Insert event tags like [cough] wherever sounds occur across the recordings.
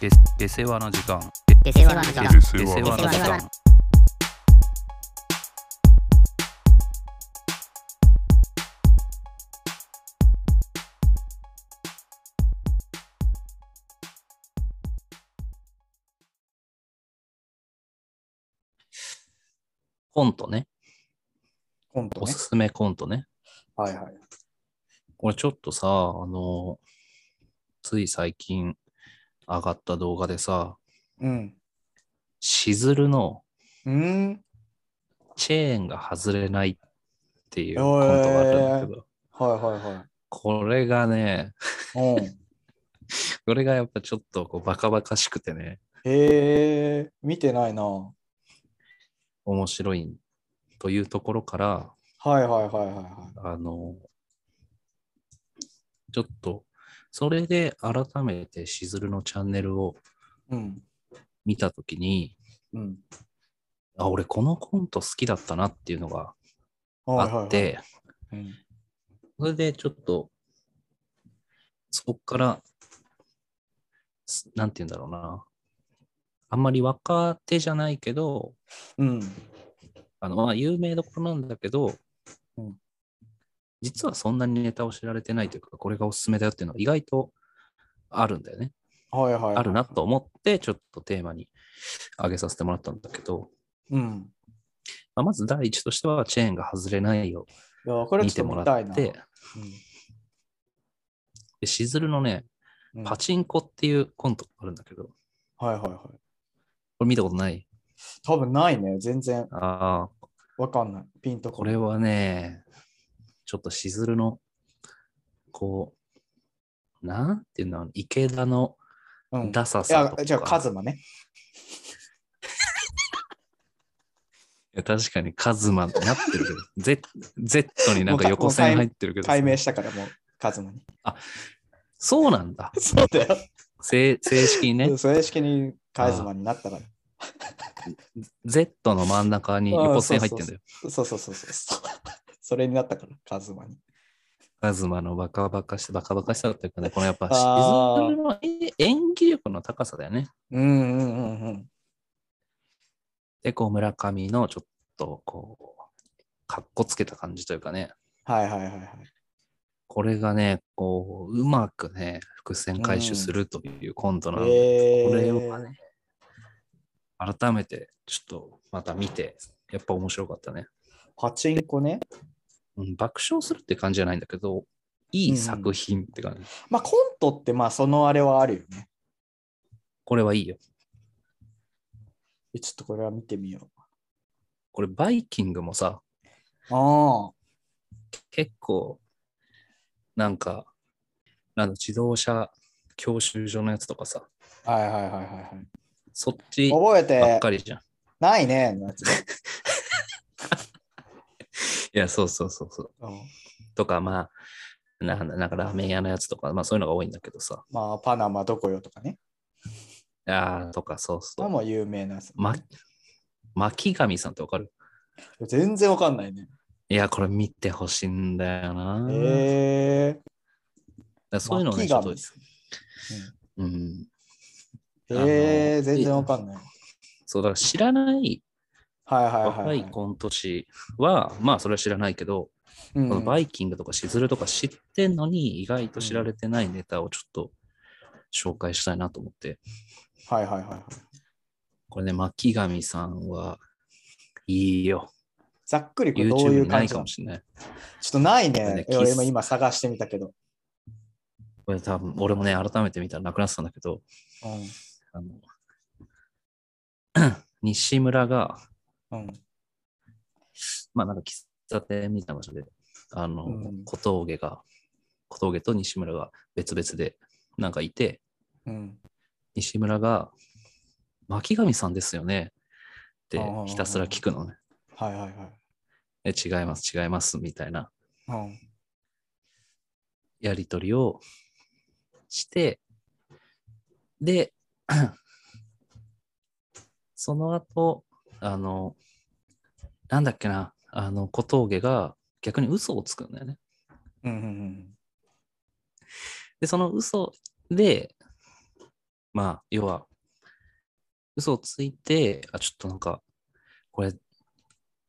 で出世話の時間出世話の時間で出世世話の話時間コントね。コントおねす。すめコントね。はいはい。これちょっとさ、あの、つい最近上がった動画でさ、うん。しずるのうん。チェーンが外れないっていうコントがあったんだけど、はいはこれがね、いはい。うん。これがやっぱちょっとこうバカバカしくてね、へえ、見てないな。は面白いというところから、いはいはいはいはあの、ちょっと、それで改めてしずるのチャンネルをい。うん。見たときに、うん。あ、俺このコント好きだったなっていうのがはいはいはいあっ。て、うん。それでちょっと、そこから、すなんて言うんだろうな。あんまり若手じゃないけど、うん。あの、まあ、有名どころなんだけど、うん実はそんなにネタを知られてないというか、これがおすすめだよっていうのは意外とあるんだよね。はいはい。あるな。と思って、ちょっとテーマに挙げさせてもらったんだけど、うん。まあまず第一としては、チェーンが外れないよいや、これ見ちてょっもと見らたっいな。て、でしずるのね、うんパチンコっていうコントがあるんだけど、こうんはいはいはい。れ見たことない多分ないね。全然ああ、わかんない。ピンとこれはね、ちょっとしずるの、こう、なんていうの、池田のうん。いダサさやとか。、じゃあ、カズマね。いや確かにカズマになっ [laughs] てるけど、Z, Z になんか横線入ってるけどさ。解明したからもう、カズマに。そうなんだ。そうだよ。正正式にね。正式にカズマになったから。 Z の真ん中に横線入ってんだよ。そうそうそうそう。それになったから、カズマに。カズマのバカバカして、バカバカしたっていうかね、このやっぱ、あーしずるのえ演技力の高さだよね。うんうんうんうん。で、こう、村上のちょっと、こう、かっこつけた感じというかね、はいはいはいはい。これがね、こう、うまくね、伏線回収するというコントなので、えー、これをね、改めて、ちょっとまた見て、やっぱ面白かったね。パチンコね。うん、爆笑するって感じじゃないんだけど、いい作品って感じ。まあコントってまあそのあれはあるよね。これはいいよ。えちょっとこれは見てみよこれ、バイキングもさ、う。あ結構、なんか、なんだ自動車教習所のやつとかさ、あ。はいはいはいはいはい。そっちば覚えってかりじゃん。ないね。のやつねいや、そうそうそうそう。うんとか、まあ、なんだ、なんかラーメン屋のやつとか、まあそういうのが多いんだけどさ。まあパナマどこよとかね。ああ、とか、そうそれそう。も有名なやつ、ま、巻上さんってわかる全然わかんないね。いや、これ見てほしいんだよな。だかえらー、そういうのをね、ちょっ巻と紙、うん。うあんのえー、全然わかんない。そう、だから知らないはいはいはい、若はいいコント師は、まあそれは知らないけど、うんこのバイキングとかしずるとか知ってんのに、意外と知られてないネタをちょっと紹介したいなと思って。はいはいはいはい。これね、巻上さんは、いいよ。ざっくりこれどうい YouTube うにな感いじかなのもしれない。ちょっとないなんねか。ね俺キもス今探してみたけど。これ多分、俺もね、改めて見たらなくなってたんだけど、うあの [clears throat] 西村が、ん。うん。まあなんか喫茶店みたいな場所で、あの、うん小峠が、小峠と西村が別々でなんかいて、うん。西村が、巻上さんですよねってああひたすら聞くのね。はいはいはい。え違います、違います、みたいなうん。やりとりをして、で、 [clears throat] その後、あの、なんだっけな、あの、小峠が逆に嘘をつくんだよね。うんうんうん。で、その嘘で、まあ、要は、嘘をついて、あ、ちょっとなんか、これ、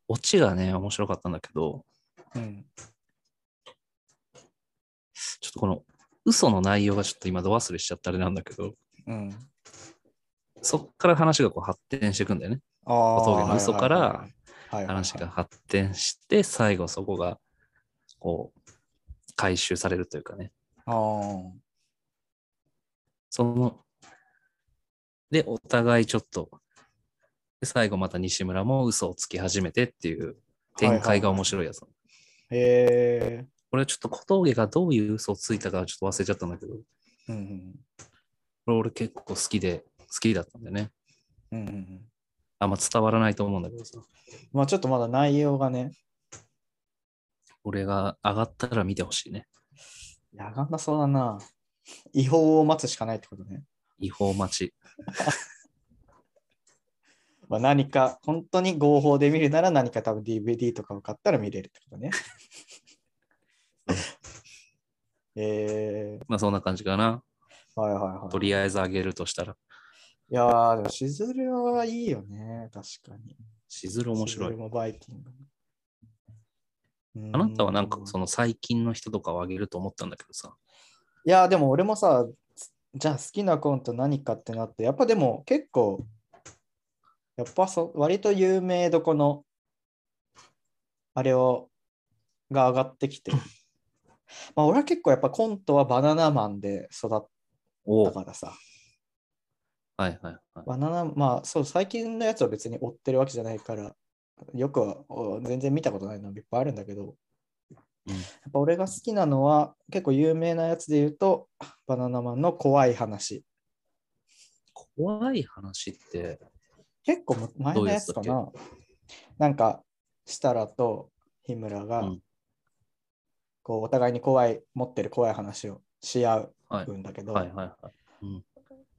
オチがね、面白かったんだけど、うん。ちょっとこの、嘘の内容がちょっと今、度忘れしちゃったあれなんだけど、うん。そっから話がこう発展していくんだよね。ああ。小峠の嘘からはいはいはいはい、話はがい発展して、最後そこが、こう、回収されるというかね。はいはい。ああ。その、で、お互いちょっと、で最後また西村も嘘をつき始めてっていう展開が面白いやつ。へえ。これはちょっと小峠がどういう嘘をついたかちょっと忘れちゃったんだけど、こうんうん。れ俺結構好きで、好きだったんだよね。うんうんうん。あんま伝わらないと思うんだけどさ、まあちょっとまだ内容がね、俺が上がったら見てほしいね。やがんなそうだな。違法を待つしかないってことね。違法待ち。まあ、何か、本当に合法で見るなら何か多分 DVD とかを買ったら見れるってこと [laughs] ね。えまあそんな感じかな。ー、はいはいはとい。りあえず上げるとしたら、いやー、でもしずるはいいよね、確かに。しずる面白しずいる。もバイキングも。あなたはなんかうその最近の人とかを上げると思ったんだけどさ、いやーでも俺もさじゃあ好きなコント何かってなってやっぱでも結構やっぱそ割と有名どこのあれをが上がって [laughs] きてまあ俺は結構やっぱコントはバナナマンで育っおたうからさはいはいはい。バナナまあそう最近のやつは別に追ってるわけじゃないからよくはお全然見たことないのもいっぱいあるんだけど、うんやっぱ俺が好きなのは結構有名なやつで言うとバナナマンの怖い話怖い話って、結構む前のやつかどうな。なんか、設楽と日村が、うんこうお互いに怖い、持ってる怖い話をし合はい、うんだけど、はいはいはい。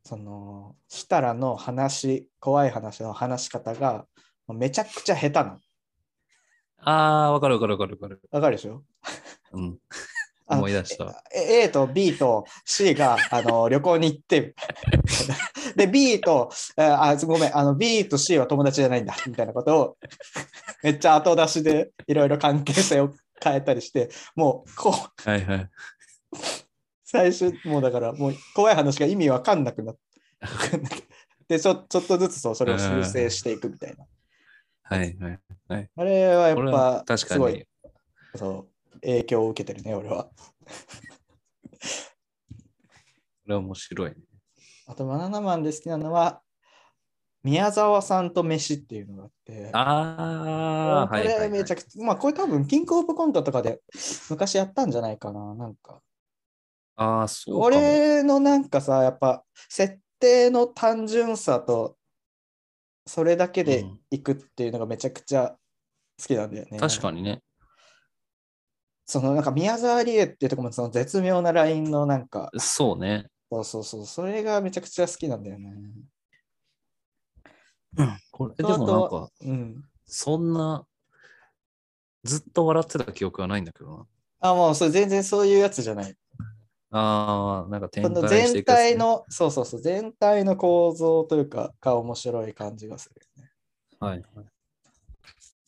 その、設楽の話、怖い話の話し方が、めちゃくちゃ下手なの。あー、わかるわかるわかるわかる。わかるでしょうん。 [laughs] あ思い出した。え ?A と B と C があ [laughs] の旅行に行って、で、B と、えーあ、ごめん、あの B と C は友達じゃないんだ、みたいなことを、めっちゃ後出しでいろいろ関係性を変えたりして、もう、こう、はいはい。最初、もうだから、もう怖い話が意味わかんなくな [laughs] って、わかんなくでちょ、ちょっとずつそうそれを修正していくみたいな。はいはい。あれはやこれっはぱ、確かすごいに。そう影響を受けてるね、俺は。これは面白いね。あとバナナマンで好きなのは宮沢さんと飯っていうのがあって、あー、こはいはれい、はめいち。ゃくちゃ、まあこれ多分キングオブコントとかで昔やったんじゃないかな、なんか。あー、そうかも。俺のなんかさ、やっぱ設定の単純さとそれだけでいくっていうのがめちゃくちゃ好きなんだよね。確かに。にね。そのなんか宮沢りえっていうところもその絶妙なラインのなんか、そうね。そうそうそう、それがめちゃくちゃ好きなんだよね。これでもなんか、うん。そんな、ずっと笑ってた記憶はないんだけどあ、もうそれ全然そういうやつじゃない。な。あー、なんか展その開して全いくやつね、体の、そうそうそう、全体の構造というか、が面白い感じがするよね。はいはい。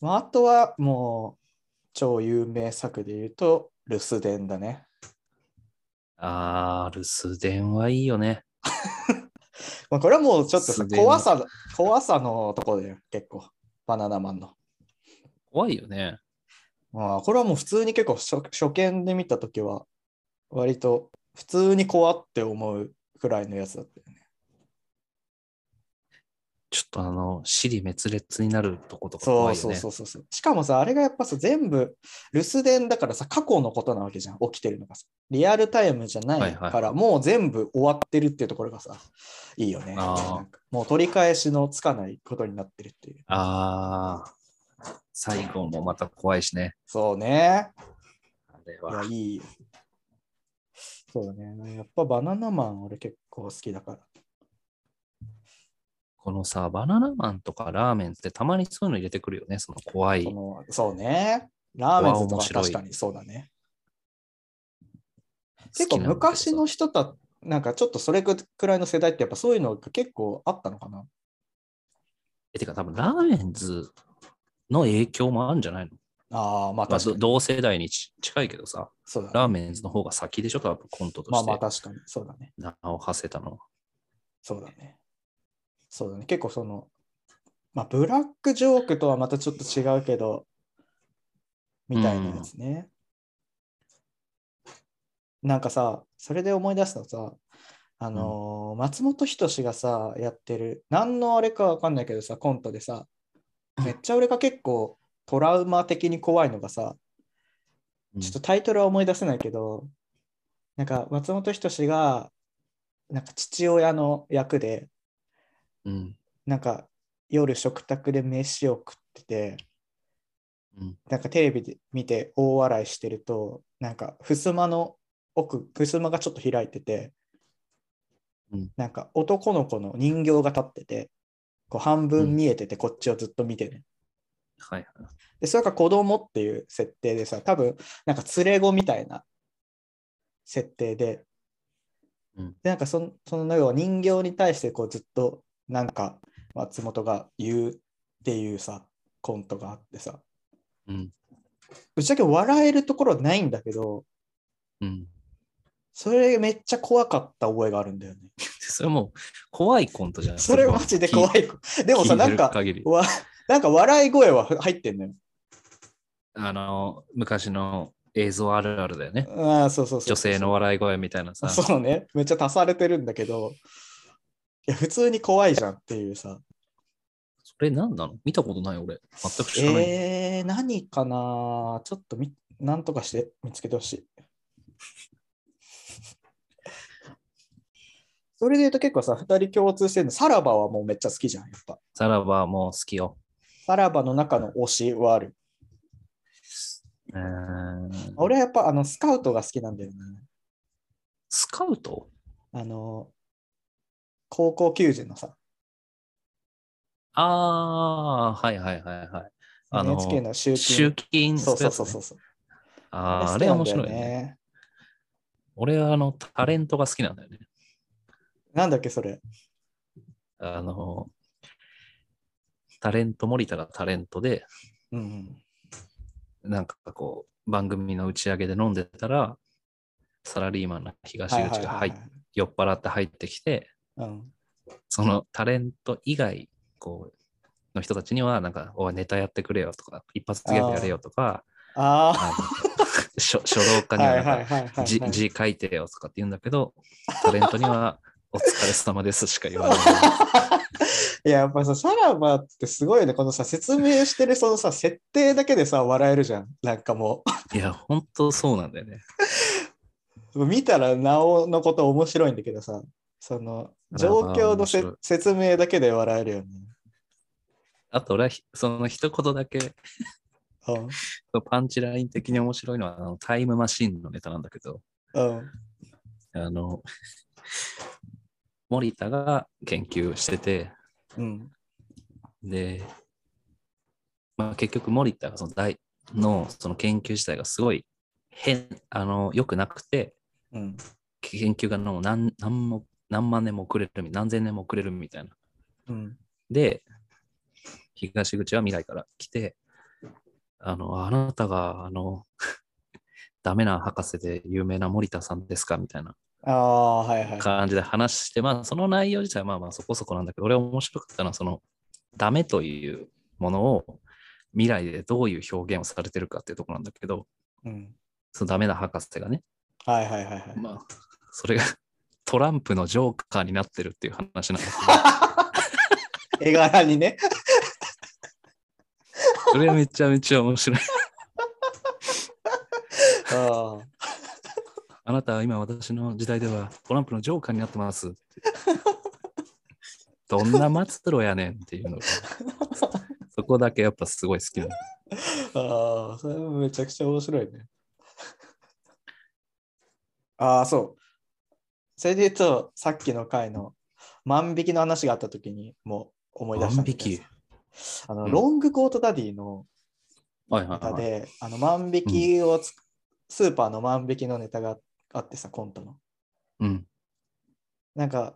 まあ、あとは、もう、超有名作で言うと、留守電だね。あー、留守電はいいよね。まあ、これはもうちょっと留さ守電怖さ、怖さのとこだよ、結構。バナナマンの。怖いよね。まあ、これはもう普通に結構初、初見で見たときは、割と普通に怖って思うくらいのやつだったよね。ちょっとあの、尻滅裂になるとことかそ怖ういよそうね。そうそうそう。しかもさ、あれがやっぱさ、全部留守電だからさ、過去のことなわけじゃん、起きてるのがさ。リアルタイムじゃなはいいはいから、もう全部終わってるっていうところがさ、いいよね。あーなんかもう取り返しのつかないことになってるっていう。ああ、最後もまた怖いしね。そうね。あれいや、は。いいよ。そうだね。やっぱバナナマン、俺結構好きだから。このさ、バナナマンとかラーメンってたまにそういうの入れてくるよね。その怖いそ。のそうね。ラーメンズと面か白い確かにそうだね。好結き構なのとか昔の人たなんかちょっとそれくらいの世代ってやっぱそういうのが結構あったのかな。え、てか多分、ラーメンズの影響もあるんじゃないの、ああ、まあまあ、確どかに。同世代にち近いけどさ、そうだね。ラーメンズの方が先でしょ、多分コントとまあしまあて確かに。そうだね。名を馳せたのは。そうだね。そうだね。結構その、まあブラックジョークとはまたちょっと違うけど、みたいなやつね。なんかさ、それで思い出すのさ、あのー松本人志がさ、やってる、何のあれかわかんないけどさ、コントでさ、めっちゃ俺が結構トラウマ的に怖いのがさ、ちょっとタイトルは思い出せないけど、なんか松本人志が、なんか父親の役で、うん。なんか夜食卓で飯を食ってて、うん。なんかテレビで見て大笑いしてると、なんか襖の奥、襖がちょっと開いてて、うんなんか男の子の人形が立ってて、こう半分見えててこっちをずっと見てる、はいはい。で、それが子供っていう設定でさ、多分、なんか連れ子みたいな設定で、うんで、なんかその、その要は人形に対してこうずっと、なんか松本が言うっていうさ、コントがあってさ、うん。ぶっちゃけ笑えるところはないんだけど、うん。それめっちゃ怖かった覚えがあるんだよね。それもう怖いコントじゃないそれマジで怖い。い。でもさ、聞ないてんるか、限りわなんか笑い声は入ってんのよ。あの、昔の映像あるあるだよね。ああ、そうそうそう。女性の笑い声みたいなさ。そうね、めっちゃ足されてるんだけど、いや、普通に怖いじゃんっていうさ。それ何なの見たことない俺。全く知らない。えー、何かなちょっとみ、なんとかして見つけてほしい。 [laughs] それで言うと結構さ、2人共通してるの、さらばはもうめっちゃ好きじゃん、やっぱ。さらばもう好きよ。さらばの中の推しはある。えー俺はやっぱあのスカウトが好きなんだよね。スカウトあの、高校球児のさ、ああー、はいはいはいはい。あの NHK の集集金。金そうするそうやつそうねそうそう。あーあ好きれな面んだよ白いね。。俺はあの、タレントが好きなんだよね。なんだっけ、それ。あの、タレント、森田がタレントで、うんうん。なんかこう、番組の打ち上げで飲んでたら、サラリーマンの東はい口がはいはい入っはい酔っ払って入ってきて、うん。そのタレント以外こうの人たちには、なんか、おい、ネタやってくれよとか、一発ギャグやれよとか、ああの [laughs] 書書道あ、家にははいなんはいかはいはい。字字書いてよとかって言うんだけど、タレントには、お疲れ様ですしか言 [laughs] わない。いや、やっぱさ、さらばってすごいね。このさ、説明してるそのさ、設定だけでさ、笑えるじゃん。なんかもいや、本当そうなんだよね。う、見たらなおのこと面白いんだけどさ、その、状況のせさらばは面白い説明だけで笑えるよね。あと、俺はひその一言だけ、パンチライン的に面白いのは、あのタイムマシンのネタなんだけど、うん。うん。あの、森田が研究してて、うん。で、まあ、結局森田がその大のその研究自体がすごい変、あの、良くなくて、うん。研究がもう何何も何万年も遅れるみ、何千年も遅れるみたいな。うん。で、東口は未来から来て、あの、あなたが、あの、 [laughs] ダメな博士で有名な森田さんですかみたいなああ、はいはい。感じで話して、まあ、その内容自体はまあまあそこそこなんだけど、俺面白かったのは、その、ダメというものを未来でどういう表現をされてるかっていうところなんだけど、うん。そのダメな博士がね、はいはいはいはい。まあ、それがトランプのジョーカーになってるっていう話なんですけ絵柄にね。 [laughs] ど、それはめちゃめちゃ面白い。ああなたは今私の時代ではトランプのジョーカーになっ [laughs] てます。どんな末路やねんっていうのが、そこだけやっぱすごい好きなの。あああ、それもめちゃくちゃ面白いね。ああ、そう。それで言うと、さっきの回の万引きの話があった時にもう思い出したんだけど万引きあの、うんロングコートダディのはいはネタいはい。で、あの万引きをつ、スーパーの万引きのネタがあってさ、コントの。うん。なんか、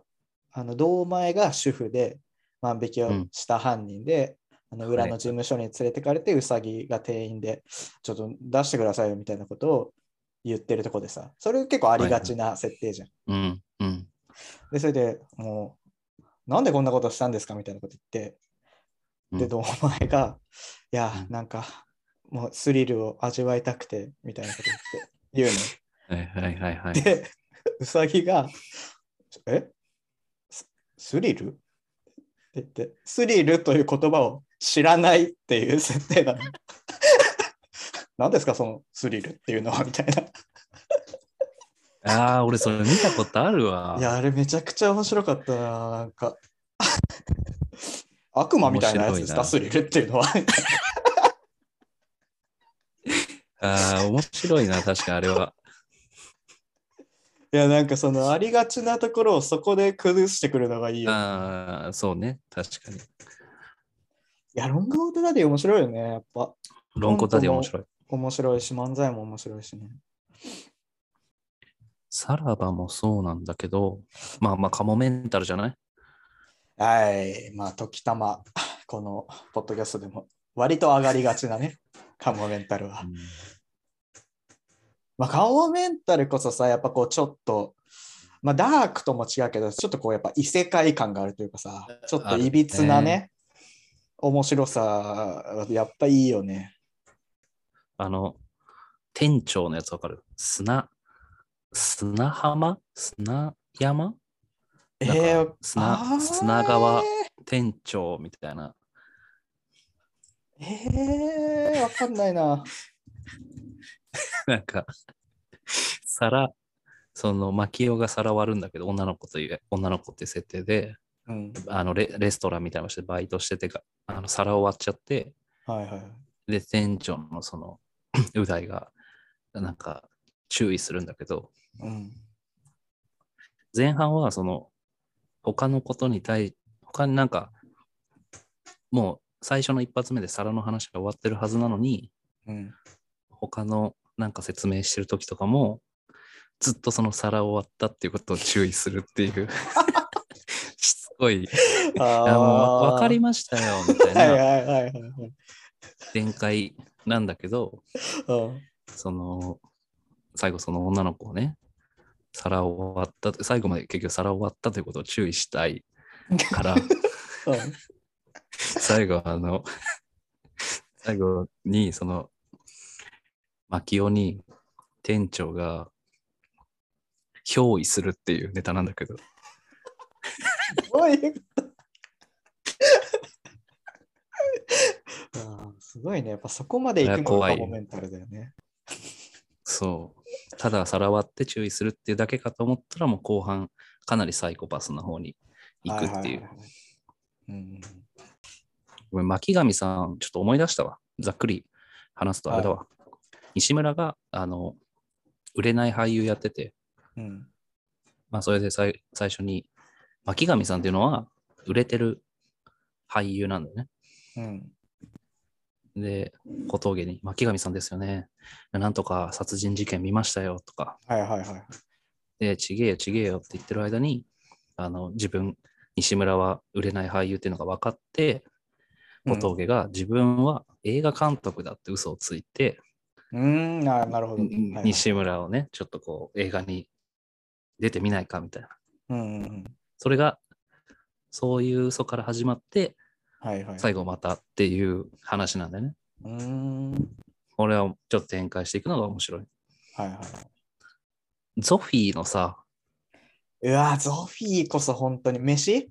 あの、堂前が主婦で万引きをした犯人で、あの裏の事務所に連れてかれて、うさぎが店員で、ちょっと出してくださいよみたいなことを言ってるとこでさ、それ結構ありがちな設定じゃん。うん、うん。で、それでもう、なんでこんなことしたんですかみたいなこと言って、うで、ん堂前が、いやう、んなんか、もうスリルを味わいたくて、みたいなこと言って、言うの。 [laughs] はいはいはいはい。で、うさぎが、えススリルって言って、スリルという言葉を知らないっていう設定なの。 [laughs] 何ですか、そのスリルっていうのはみたいな。ああ、俺それ見たことあるわ。いや、あれめちゃくちゃ面白かったな、なんか。 [laughs] 悪魔みたいなやつですか、面スリルっていうのは。 [laughs] ああ、面白いな、確かあれは。いや、なんかそのありがちなところをそこで崩してくるのがいいよ。ああ、そうね、確かに。いや、ロングコートダディ面白いよね、やっぱ。論考立て面白い。面白いし、漫才も面白いしね。さらばもそうなんだけど、まあまあ、カモメンタルじゃないはい、まあ、時たま、 [laughs] このポッドキャストでも、割と上がりがちなね、カモメンタルは。まあ、カモメンタルこそさ、やっぱこう、ちょっと、まあ、ダークとも違うけど、ちょっとこう、やっぱ異世界感があるというかさ、ちょっといびつなあるね、面白さ、やっぱいいよね。あの、店長のやつわかる砂、砂浜砂山えなんかー、砂あー砂川店長みたいな。 [laughs] えー、わかんないな。 [laughs] なんか、皿、その、牧雄が皿割るんだけど、女の子という、女の子っていう設定で、うん、あのレ、レストランみたいな場所でバイトしててか、あの、皿を割っちゃって、はいはい。で、店長のその、 [clears throat] うだいが、なんか、注意するんだけど、うん、前半はその他のことに対他になんかもう最初の一発目で皿の話が終わってるはずなのにうん。他のなんか説明してる時とかもずっとその皿終わったっていうことを注意するっていう [laughs] しつこい「あもう分かりましたよ」みたいはいはないはいはいはい。展開なんだけどうんその最後その女の子をね皿終わった最後まで結局皿終わったということを注意したいからうん最後あの最後にその牧雄に店長が憑依するっていうネタなんだけどどういうこと [laughs] あーすごいね。やっぱそこまで行くの怖がいカモメンタルだよね。そうたださらわって注意するっていうだけかと思ったらもう後半かなりサイコパスの方に行くっていはうははは。うんごめん巻上さんちょっと思い出したわざっくり話すとあれだわ、西村があの売れない俳優やっててうん。うん。まあ、それでさい最初に、巻上さんっていうのは、売れてる俳優なんだよね。うん。で、小峠に、巻上さんですよね。なんとか殺人事件見ましたよとか、はいはいはい。で、ちげえよちげえよって言ってる間に、あの、自分、西村は売れない俳優っていうのが分かって、小峠が自分は映画監督だって嘘をついて、うん。うーんあーなるほど。はいはい西村をね、ちょっとこう、映画に出てみないかみたいな。うんうんうん。それが、そういう嘘から始まって、はいはい。最後またっていう話なんだよね。うーん。これをちょっと展開していくのが面白い。はいはい。ゾフィーのさ、うわー、ゾフィーこそ本当に飯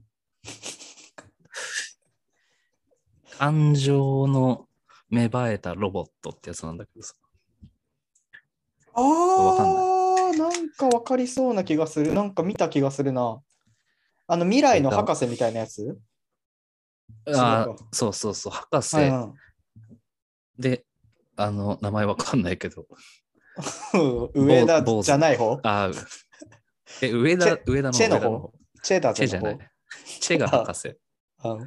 感情の芽生えたロボットってやつなんだけどさ、あわかんー、なんかわかりそうな気がする。なんか見た気がするな。あの未来の博士みたいなやつうかあーそうそうそう、博士、はいはいで、あの、名前わかんないけど、うん上田坊主じゃない方 [laughs] あーえ、上田、上田のチェの上田方チェダチェーじズゃのない方。チェが博士。うんあ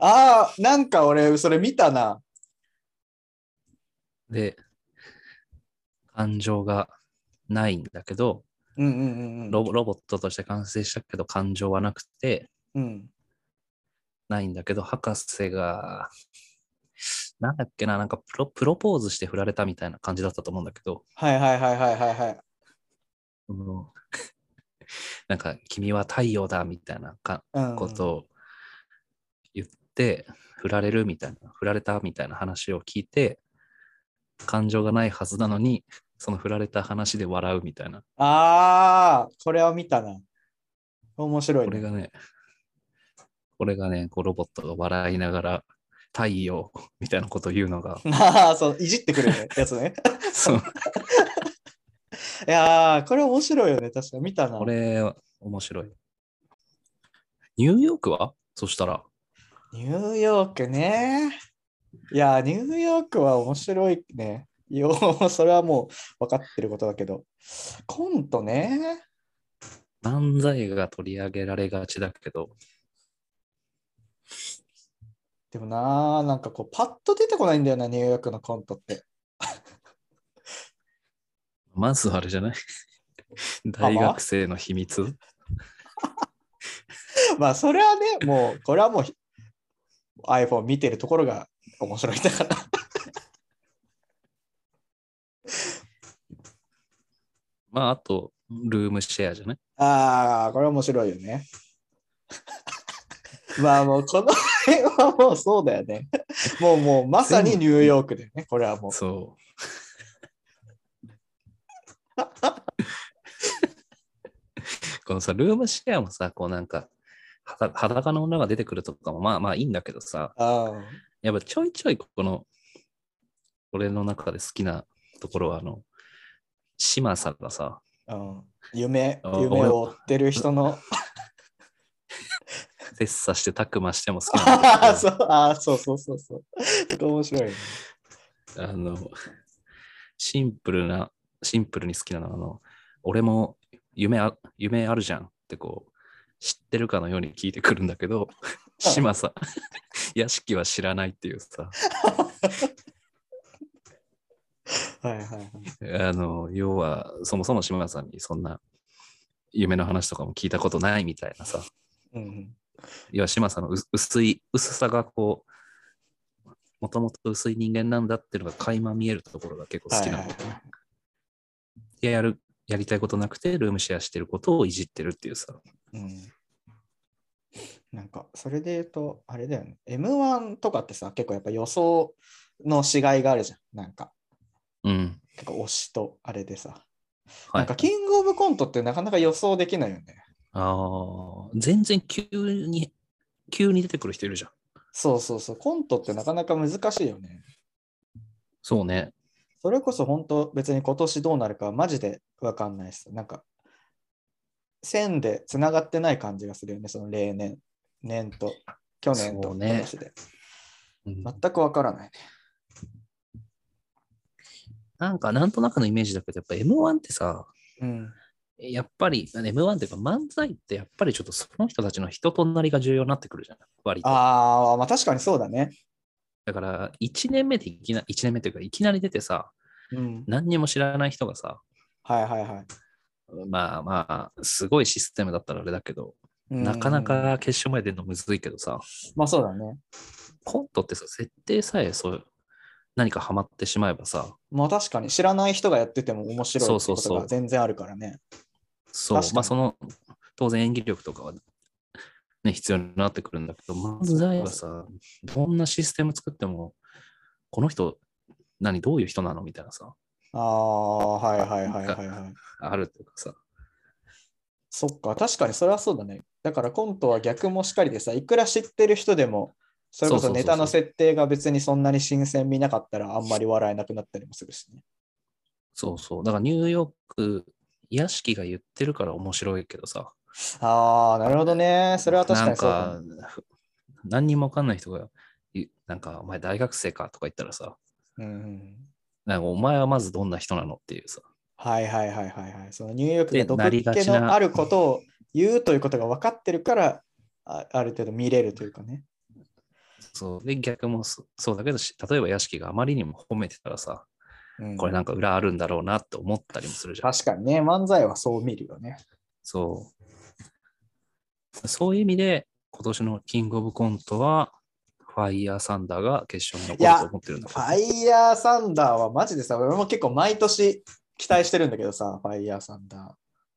あ、なんか俺、それ見たな。で、感情がないんだけど、うんうんうんうん。ロボロボットとして完成したけど感情はなくて、うん。ないんだけど、博士が、なんだっけな、なんかプロプロポーズして振られたみたいな感じだったと思うんだけど、はいはいはいはいはいはい。その [laughs] なんか君は太陽だみたいなかうん、ことを言って、振られるみたいな、振られたみたいな話を聞いて、感情がないはずなのに、その振られた話で笑うみたいな。ああ、これを見たな。面白い、、これがね、これがね、こうロボットが笑いながら、太陽 [laughs] みたいなことを言うのがああ、 [laughs] そう、いじってくるねやつね。そういやー、これ面白いよね。確か見たな。これ、面白い。ニューヨークはそしたら、ニューヨークね。いやー、ニューヨークは面白いね。よう、それはもう分かってることだけど。コントね。漫才が取り上げられがちだけど、でもなー、なんかこう、パッと出てこないんだよな、ニューヨークのコントって。 [laughs] まずあれじゃない [laughs] 大学生の秘密まあ、それはね、もう、これはもう、iPhone 見てるところが面白いんだから。 [laughs] まあ、あと、ルームシェアじゃないああ、これ面白いよね。 [laughs] まあもうこの辺はもうそうだよね。 [laughs] もうもうまさにニューヨークだよね、これはもう。そう。このさ、ルームシェアもさ、こうなんか、裸裸の女が出てくるとかも、まあまあいいんだけどさ、あやっぱちょいちょいこの、俺の中で好きなところは、あの、嶋佐がさ、あ、うん、夢、あ夢を追ってる人の。切磋してたくましても好きなんだああ、けど [laughs] そう、ああ、そうそうそうそう。 [laughs] これ面白いね。あの、シンプルな、シンプルに好きなのは、あの、俺も夢あ夢あるじゃんってこう、知ってるかのように聞いてくるんだけど、島さ、 [laughs] 屋敷は知らないっていうさ、はいはいはい。あの、要は、そもそも島さんにそんな夢の話とかも聞いたことないみたいなさ、うんうん、要は島さんの薄薄い、薄さがこう、もともと薄い人間なんだっていうのが垣間見えるところが結構好きなの。はいはいはいでやる、やりたいことなくて、ルームシェアしてることをいじってるっていうさ。うんなんかそれで言うとあれだよね M1 とかってさ結構やっぱ予想のしがいがあるじゃんなんかうん。結構推しとあれでさはなんいか。キングオブコントってなかなか予想できないよね。ああ、全然急に、急に出てくる人いるじゃん。そうそうそう、コントってなかなか難しいよね。そうね。それこそ本当別に今年どうなるかはマジでわかんないです。なんか線でつながってない感じがするよね、その例年、年と去年とそう今ね年で。うん全くわからないね。なんか、なんとなくのイメージだけど、やっぱ M1 ってさ、うん。やっぱり、M1 っていうか漫才って、やっぱりちょっとその人たちの人となりが重要になってくるじゃん。割と。ああ、まあ確かにそうだね。だから、1年目でいきな、一年目というか、いきなり出てさ、うん。何にも知らない人がさ、はいはいはい。まあまあ、すごいシステムだったらあれだけど、うんなかな。か決勝まで出るのむずいけどさ、まあそうだね。コントってさ、設定さえそう何かハマってしまえばさ、まあ確かに知らない人がやってても面白いってそうこそうとそがう全然あるからね。そう確か、にまあその、当然演技力とかは、ね、必要になってくるんだけど、漫才はさ、どんなシステム作っても、この人、何、どういう人なのみたいなさ、ああ、はいはいはいはいはい。あるっていうかさ、そっか、確かにそれはそうだね。だからコントは逆もしかりでさ、いくら知ってる人でも、それこそそうそうそうそうネタの設定が別にそんなに新鮮味なかったらあんまり笑えなくなったりもするしね。そうそう、だからニューヨーク、屋敷が言ってるから面白いけどさ、ああ、なるほどね。それは確かなんにそうだねか、ふ何にもわかんない人が、いなんか、お前大学生かとか言ったらさ、うんうん。なんかお前はまずどんな人なのっていうさ、はいはいはいはいはい。そのニューヨークででなり毒が気ちなのあることを言うということが分かってるから、あある程度見れるというかね。そう。で、逆もそそうだけどし、例えば屋敷があまりにも褒めてたらさ、うんこれなんか裏あるんだろうなって思ったりもするじゃん。確かにね、漫才はそう見るよね。そう。そういう意味で、今年のキングオブコントは、ファイヤーサンダーが決勝に残ると思ってるんだフ。ァイヤーサンダーはマジでさ、俺も結構毎年期待してるんだけどさ、ファイヤーサンダー。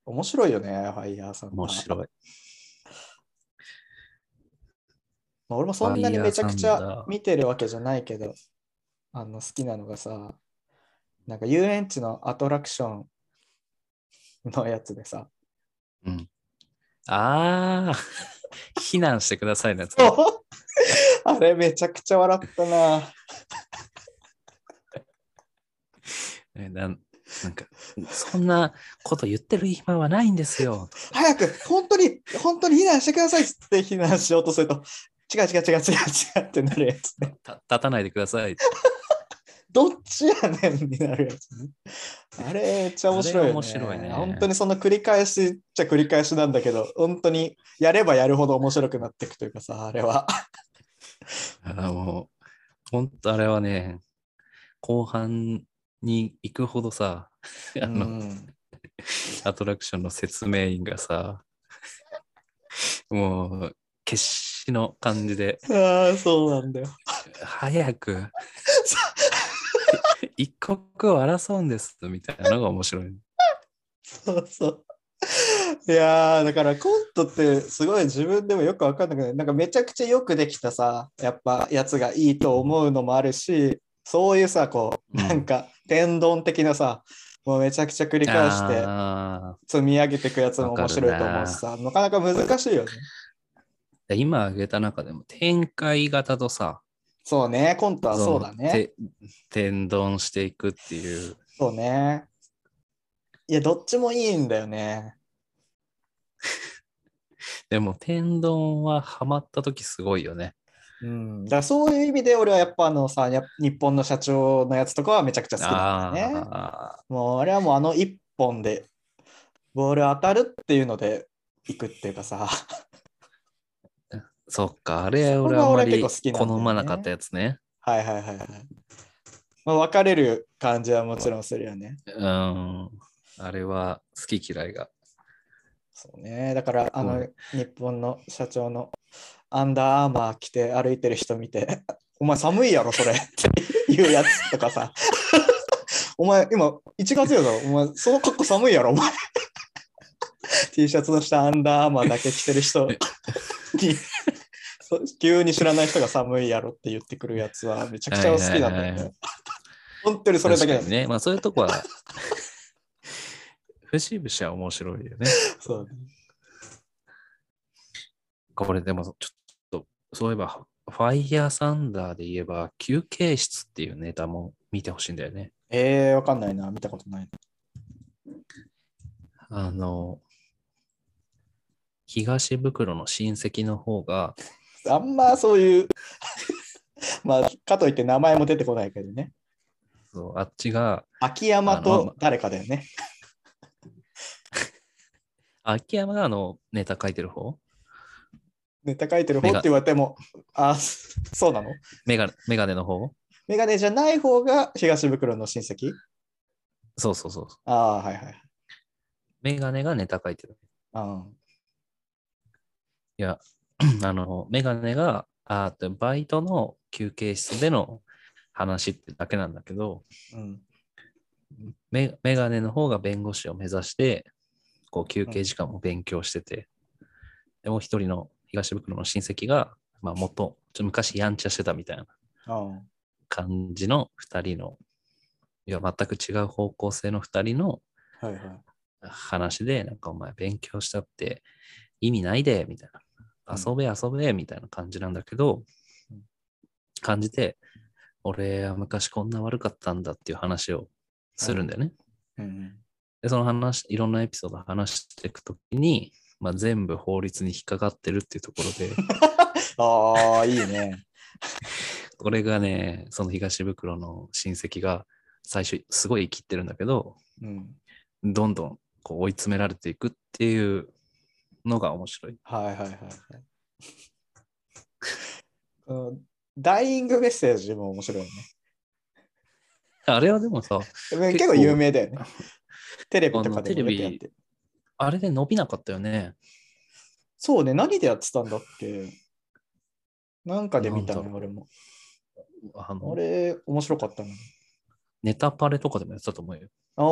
面白いよね、ファイヤーサンダー。面白い。まあ、俺もそんなにめちゃくちファイヤーサンダゃー見てるわけじゃないけど、あの好きなのがさ、なんか遊園地のアトラクションのやつでさ、うん。ああ、避難してくださいのやつ。 [laughs] あれめちゃくちゃ笑ったな。ねなんなんか、そんなこと言ってる暇はないんですよ。早く、本当に、本当に避難してくださいっつって避難しようとすると、違う違う違う違う違うってなるやつね。た立たないでください。どっちやねんになるやつね。あれ、めっちゃ面白い、あね。れ面白いね本当にその繰り返しっちゃ繰り返しなんだけど、本当にやればやるほど面白くなっていくというかさ、あれ [laughs] は。あのもう、本当あれはね、後半に行くほどさ、あの、うんアトラクションの説明員がさ、もう、決死の感じで、ああ、そうなんだよ。早く、一刻を争うんです、みたいなのが面白い。そうそう。いやーだからコントってすごい自分でもよく分かんなくないなんかめちゃくちゃよくできたさやっぱやつがいいと思うのもあるしそういうさこううんなんか天丼的なさ、もうめちゃくちゃ繰り返してあ積み上げていくやつも面白いと思うしさなかなか難しいよねー今挙げた中でも、展開型とさ、そうねコントはそうだのね。て天丼していくっていう、そうねいやどっちもいいんだよねでも天丼はハマった時すごいよね。うん、だからそういう意味で俺はやっぱあのさや日本の社長のやつとかはめちゃくちゃ好きなんだよね。ああ、もうあれはもうあの一本でボール当たるっていうので行くっていうかさそっか、あれそこ俺があんま俺り結構好きなんだよね好まなかったやつね。はいはいはいはい。まあ、分かれる感じはもちろんするよね。うん。あれは好き嫌いが。そうね。だからあうのん日本の社長のアンダーアーマー着て歩いてる人見て [laughs] 「お前寒いやろそれ」っていうやつとかさ [laughs] 「お前今1月やぞお前その格好寒いやろお前」T シャツの下アンダーアーマーだけ着てる人にそう急に知らない人が寒いやろって言ってくるやつはめちゃくちゃ好きなんだはいよはいはいね。本当にそれだけなん確かにね。まあそういうとこは、 [laughs] 節々は面白いよね。そうこれでも、ちょっと、そういえば、ファイヤーサンダーで言えば、休憩室っていうネタも見てほしいんだよね。えー、わかんないな。見たことないな。あの、東袋の親戚の方が、あんまそういう、 [laughs] まあ、かといって名前も出てこないけどね。そうあっちが、秋山あまとあ誰かだよね。秋山があのネタ書いてる方ネタ書いてる方って言われても、あ、そそうなのメガメガネの方メガネじゃない方が東袋の親戚そうそうそう。ああ、はいはい。メガネがネタ書い [clears throat] てる。あいや、あの、メガネが、あーバイトの休憩室での話ってだけなんだけど、ーうん。メメガネの方が弁護士を目指して、こう休憩時間も勉強してて、でもう一人の東袋の親戚が、まあ元、ちょっと昔やんちゃしてたみたいなあー感じの2人の、いや、全く違う方向性の2人のはいはい。話で、なんかお前勉強したって意味ないで、みたいな。遊べ遊べ、みたいな感じなんだけどうん、感じて、俺は昔こんな悪かったんだっていう話をするんだよね。うん、で、その話、いろんなエピソード話していくときに、まあ、全部法律に引っかかってるっていうところで、ああ、いいね。俺がね、その東袋の親戚が最初すごい生きってるんだけど、うん。どんどんこう追い詰められていくっていうのが面白い。はいはいはい [laughs] はい。このダイイングメッセージも面白いね。あれはでもさ、結構有名だよね。テレビとかでもよくあやっのテレてる。あれで伸びなかったよね。そうね、何でやってたんだっけなんかで見たなの、んだ俺も。あのあれ、面白かったな。ネタパレとかでもやってたと思うよ。でああ、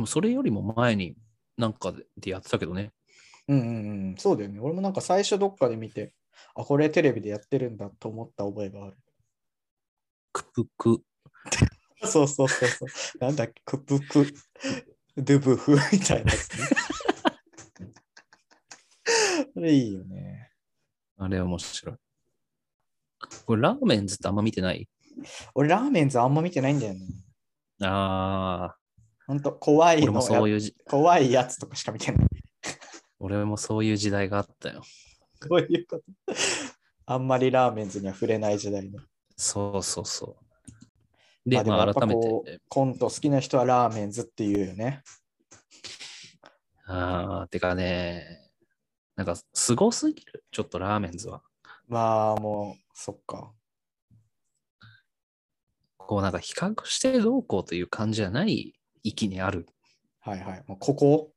もそれよりも前になんかでやってたけどね。うんうんうん、そうだよね。俺もなんか最初どっかで見て、あ、これテレビでやってるんだと思った覚えがある。 [laughs] クプク。そうそうそうそう。なんだっけ、クプク、ドゥブフみたいなやつね。 [laughs] それいいよね。あれ面白い。これラーメンズってあんま見てない俺、ラーメンズあんま見てないんだよね。ああ、ほんと、怖い俺のもやそういうじ、怖いやつとかしか見てない。俺もそういう時代があったよ。こういうこと。あんまりラーメンズには触れない時代ね。そうそうそう。まで、あでもまやあっぱ改めこうて、コント好きな人はラーメンズっていうよね。ああ、てかね、なんかすごすぎる、ちょっとラーメンズは。まあもう、そっか。こうなんか比較してどうこうという感じじゃない域にある。はいはい。もうこ [laughs] こ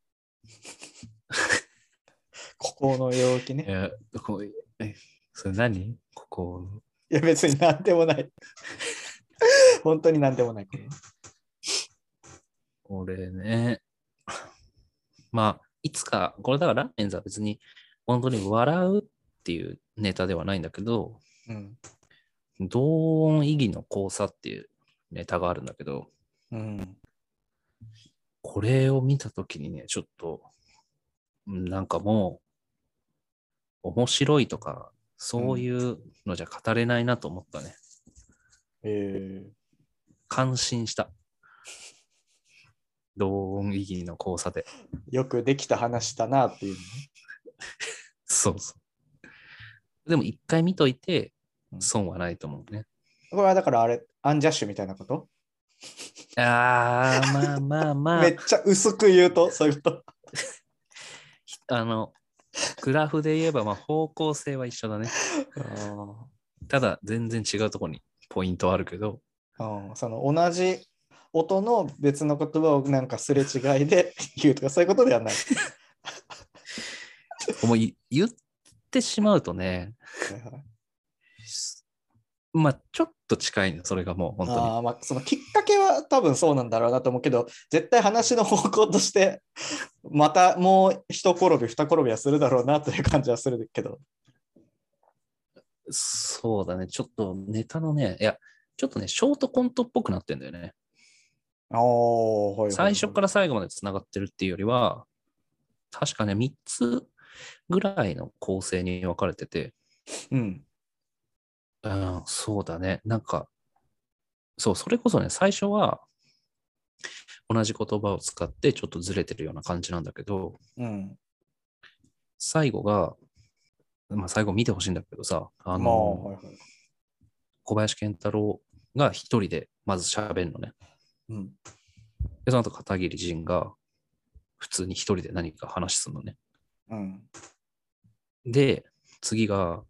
ここの容器ね。えーこうえそれ何ここ、いや別になんでもない。 [laughs] 本当になんでもない。これ俺ね。まあ、いつか、これだからラーメンズは別に本当に笑うっていうネタではないんだけど、うん。同音異義の交差っていうネタがあるんだけど、うん。これを見たときにね、ちょっと、うんなんかもう、面白いとか、そういうのじゃ語れないなと思ったね。え感心した。同音異義の交差で。ー、よくできた話だなっていうね、そうそう。でも一回見といてう、ん損はないと思うね。これはだからあれ、アンジャッシュみたいなことあー、まあまあ [laughs] まめっあ、ちゃ薄く言うと、そういうこと。あの、グラフで言えば、まあ方向性は一緒だね。ただ、全然違うところにポイントはあるけど、うん、その同じ音の別の言葉をなんかすれ違いで言うとかそういうことで [laughs] はない。もうい言ってしまうとね、はいはいまあちょっと近いの、それがもう本当に。あーまあ、そのきっかけは多分そうなんだろうなと思うけど絶対話の方向としてまたもう一転び二転びはするだろうなという感じはするけどそうだね、ちょっとネタのね、いや、ちょっとね、ショートコントっぽくなってんだよね。おはい最初からら最後までつながってるっていうよりは、確かね、3つぐらいの構成に分かれてて、うんうん、そうだね、なんか、そう、それこそね、最初は、同じ言葉を使ってちょっとずれてるような感じなんだけど、うん最後が、まあ、最後見てほしいんだけどさ、ああの、はいはい小林健太郎が一人でまず喋るのね。うんで、その後片桐仁が普通に一人で何か話すのね。うんで、次が、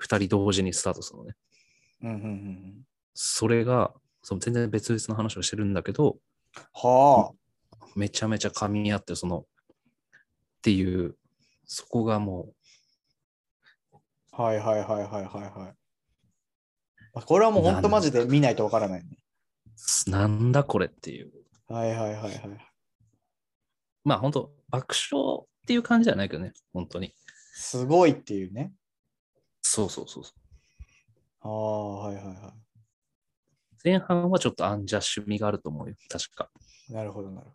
二人同時にスタートするのね。うんうんうんうんそれが、その全然別々の話をしてるんだけど、はめちゃめちゃ噛み合って、その、っていう、そこがもあはいはいはいはいはいはいあこれはもう本当マジで見ないとわからないねう、なんだこれっていう。はいはいはいはいまあ本当爆笑っていう感じじゃないけどね、本当に。すごいっていうねそうそうそうそう。ああはいはいは前半はちょっとアンジャッシュ味があると思うよ、確か。 [coughs] いなるほどなるほ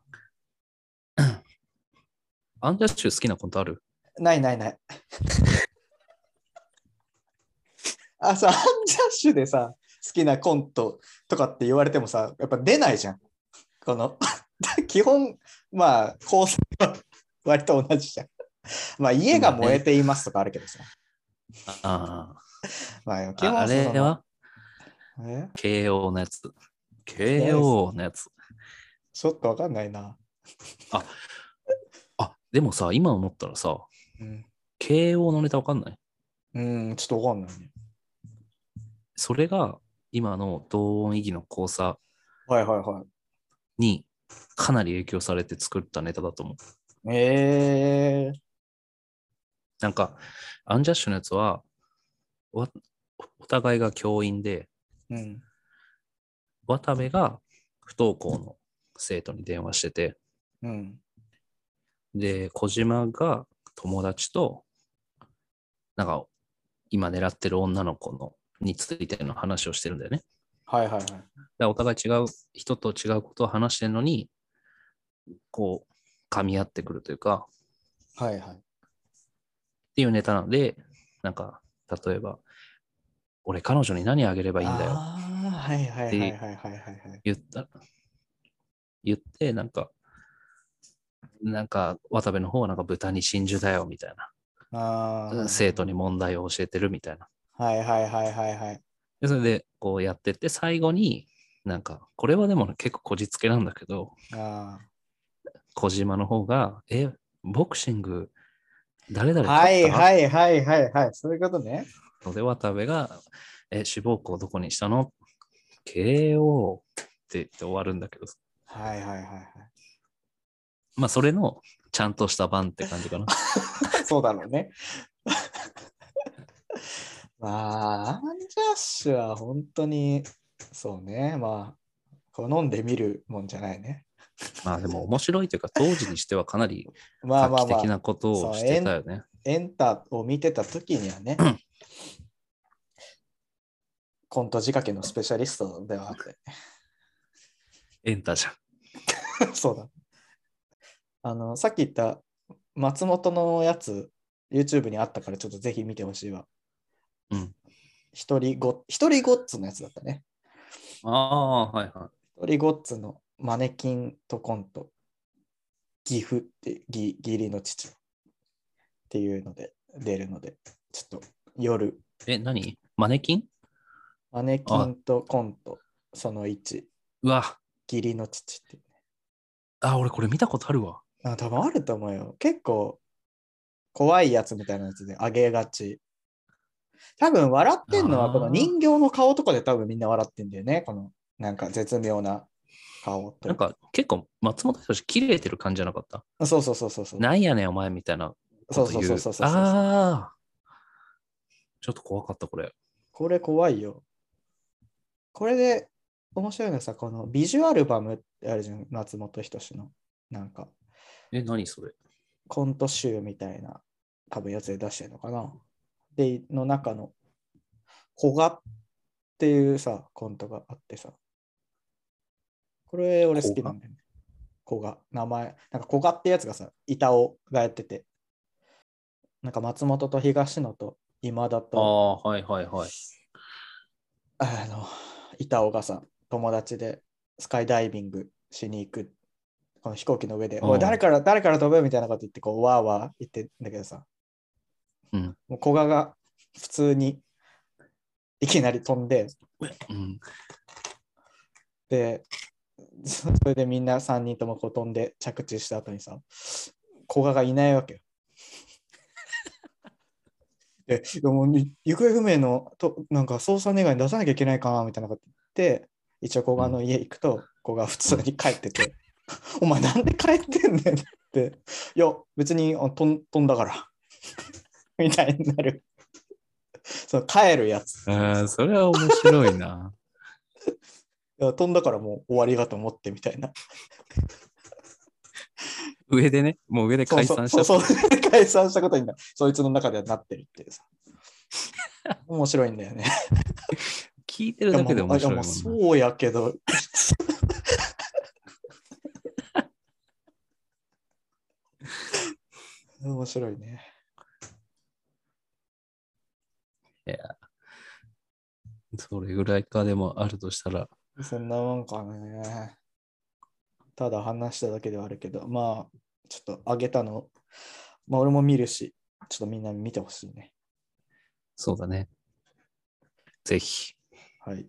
アンジャッシュ好きなコントあるどないない [laughs] ないあさアンジャッシュでさ好きなコントとかって言われてもさやっぱ出ないじゃんこの [laughs] 基本まあ構成は割と同じじゃんまあ家が燃えていますとかあるけどさ、あまあ、ー基本あ、あれはそのえ慶応のやつ。慶応のやつ。ちょっとわかんないな、あ、でもさ、今思ったらさ、うん、慶応のネタわかんないうんちょっとわかんないねそれが今の同音異義の交差はいはいはにかなり影響されて作ったネタだと思う。い。えー、なんか、アンジャッシュのやつは、わお互いが教員で、うん。渡部が不登校の生徒に電話してて、うん。で、小島が友達と、なんか、今狙ってる女の子のについての話をしてるんだよね。はいはいはい。だからお互い違う人と違うことを話してるのに、こう、噛み合ってくるというか、はいはい。っていうネタなので、なんか、例えば、俺彼女に何あげればいいんだよあーはいはいはいはいはいはいはい。言った、言って、なんか、なんか、渡部の方はなんか豚に真珠だよみたいあな、あ。生徒に問題を教えてるみたいな。はいはいはいはいはい。でそれで、こうやってって、最後に、なんか、これはでも結構こじつけなんだけど、あ小島の方が、え、ボクシング、誰ー々勝はっいたはいはいはいはい。そういうことね。ので、渡部が、え、志望校どこにしたの ?KO って言って終わるんだけど、はいはいはいはまあ、それの、ちゃんとした版って感じか [laughs] な。い。そうだろうね。 [laughs] まあ、アンジャッシュは本当に、そうね。まあ、好んで見るもんじゃないね。まあでも面白いというか、当時にしてはかなりまあ画まあ期ま的あ、なことをしてたよね。エンタを見てた時には [laughs] ね、コント仕掛けのスペシャリストではあって。エンタじゃ [laughs] ん。そうだ。あの、さっき言った松本のやつ、YouTube にあったから、ちょっとぜひ見てほしいわ。うん。一人ご、一人ごっつのやつだったね。ああー、はいは一人ごっつのマネキンとコント、岐阜って、ぎ義理の父っていうので、出るので、ちょっと夜、い。え、何マネキンマネキンとコント、その1、うわ、義理の父っていうね。あ、俺これ見たことあるわ。あ、多分あると思うよ。結構、怖いやつみたいなやつで上げがち。多分笑ってんのあは、ーこの人形の顔とかで多分みんな笑ってんだよね。この、なんか絶妙な顔と。なんか結構松本人志切れてる感じじゃなかった。そうそうそうそうそう。なんやねんお前みたいなそこうとそ言うう。そうそうそうそう。ああ。ちょっと怖かったこれ。これ怖いよ。これで面白いのはさ、このビジュアルバムってあるじゃん。松本人志の。なんか、え、何それコント集みたいな、多分やつで出してるのかな。で、の中の、古賀っていうさ、コントがあってさ。これ、俺好きなんだよね。古賀。名前。なんか古賀ってやつがさ、板尾がやってて。なんか松本と東野と今田あと、あ、はいはいはい。あの、板尾がさ、友達でスカイダイビングしに行く。この飛行機の上で、うんおい、誰から、誰から飛ぶみたいなこと言って、こう、わーわー言ってんだけどさ。うん。もう古賀が普通にいきなり飛んで、うん、で、そそれでみんな3人ともこう飛んで着地した後にさ、古賀がいないわけよ。で、でもう行方不明のとなんか捜査願い出さなきゃいけないかなみたいなこと言って、一応古賀の家行くと、古賀普通に帰ってて、お前なんで帰ってんねんって、いや、別にあ飛ん飛んだから、みたいになる。 [laughs] その帰るやつ。あーそれは面白いな。いや飛んだからもう終わりだと思ってみたいな。上でね、もう上で解散しちゃった。そうそうそう [laughs] 解散したことになそいつの中ではなってるっていう [laughs] さ。面白いんだよね。聞いてるだけで面白いいやもまあんいやなまあ。そうやけど。 [laughs] 面白いね。それぐらいかでもあるとしたら、そんなもんかね。ただ話しただけではあるけど、まあ、ちょっとあげたの、まあ俺も見るし、ちょっとみんな見てほしいね。そうだね。ぜひ。はい。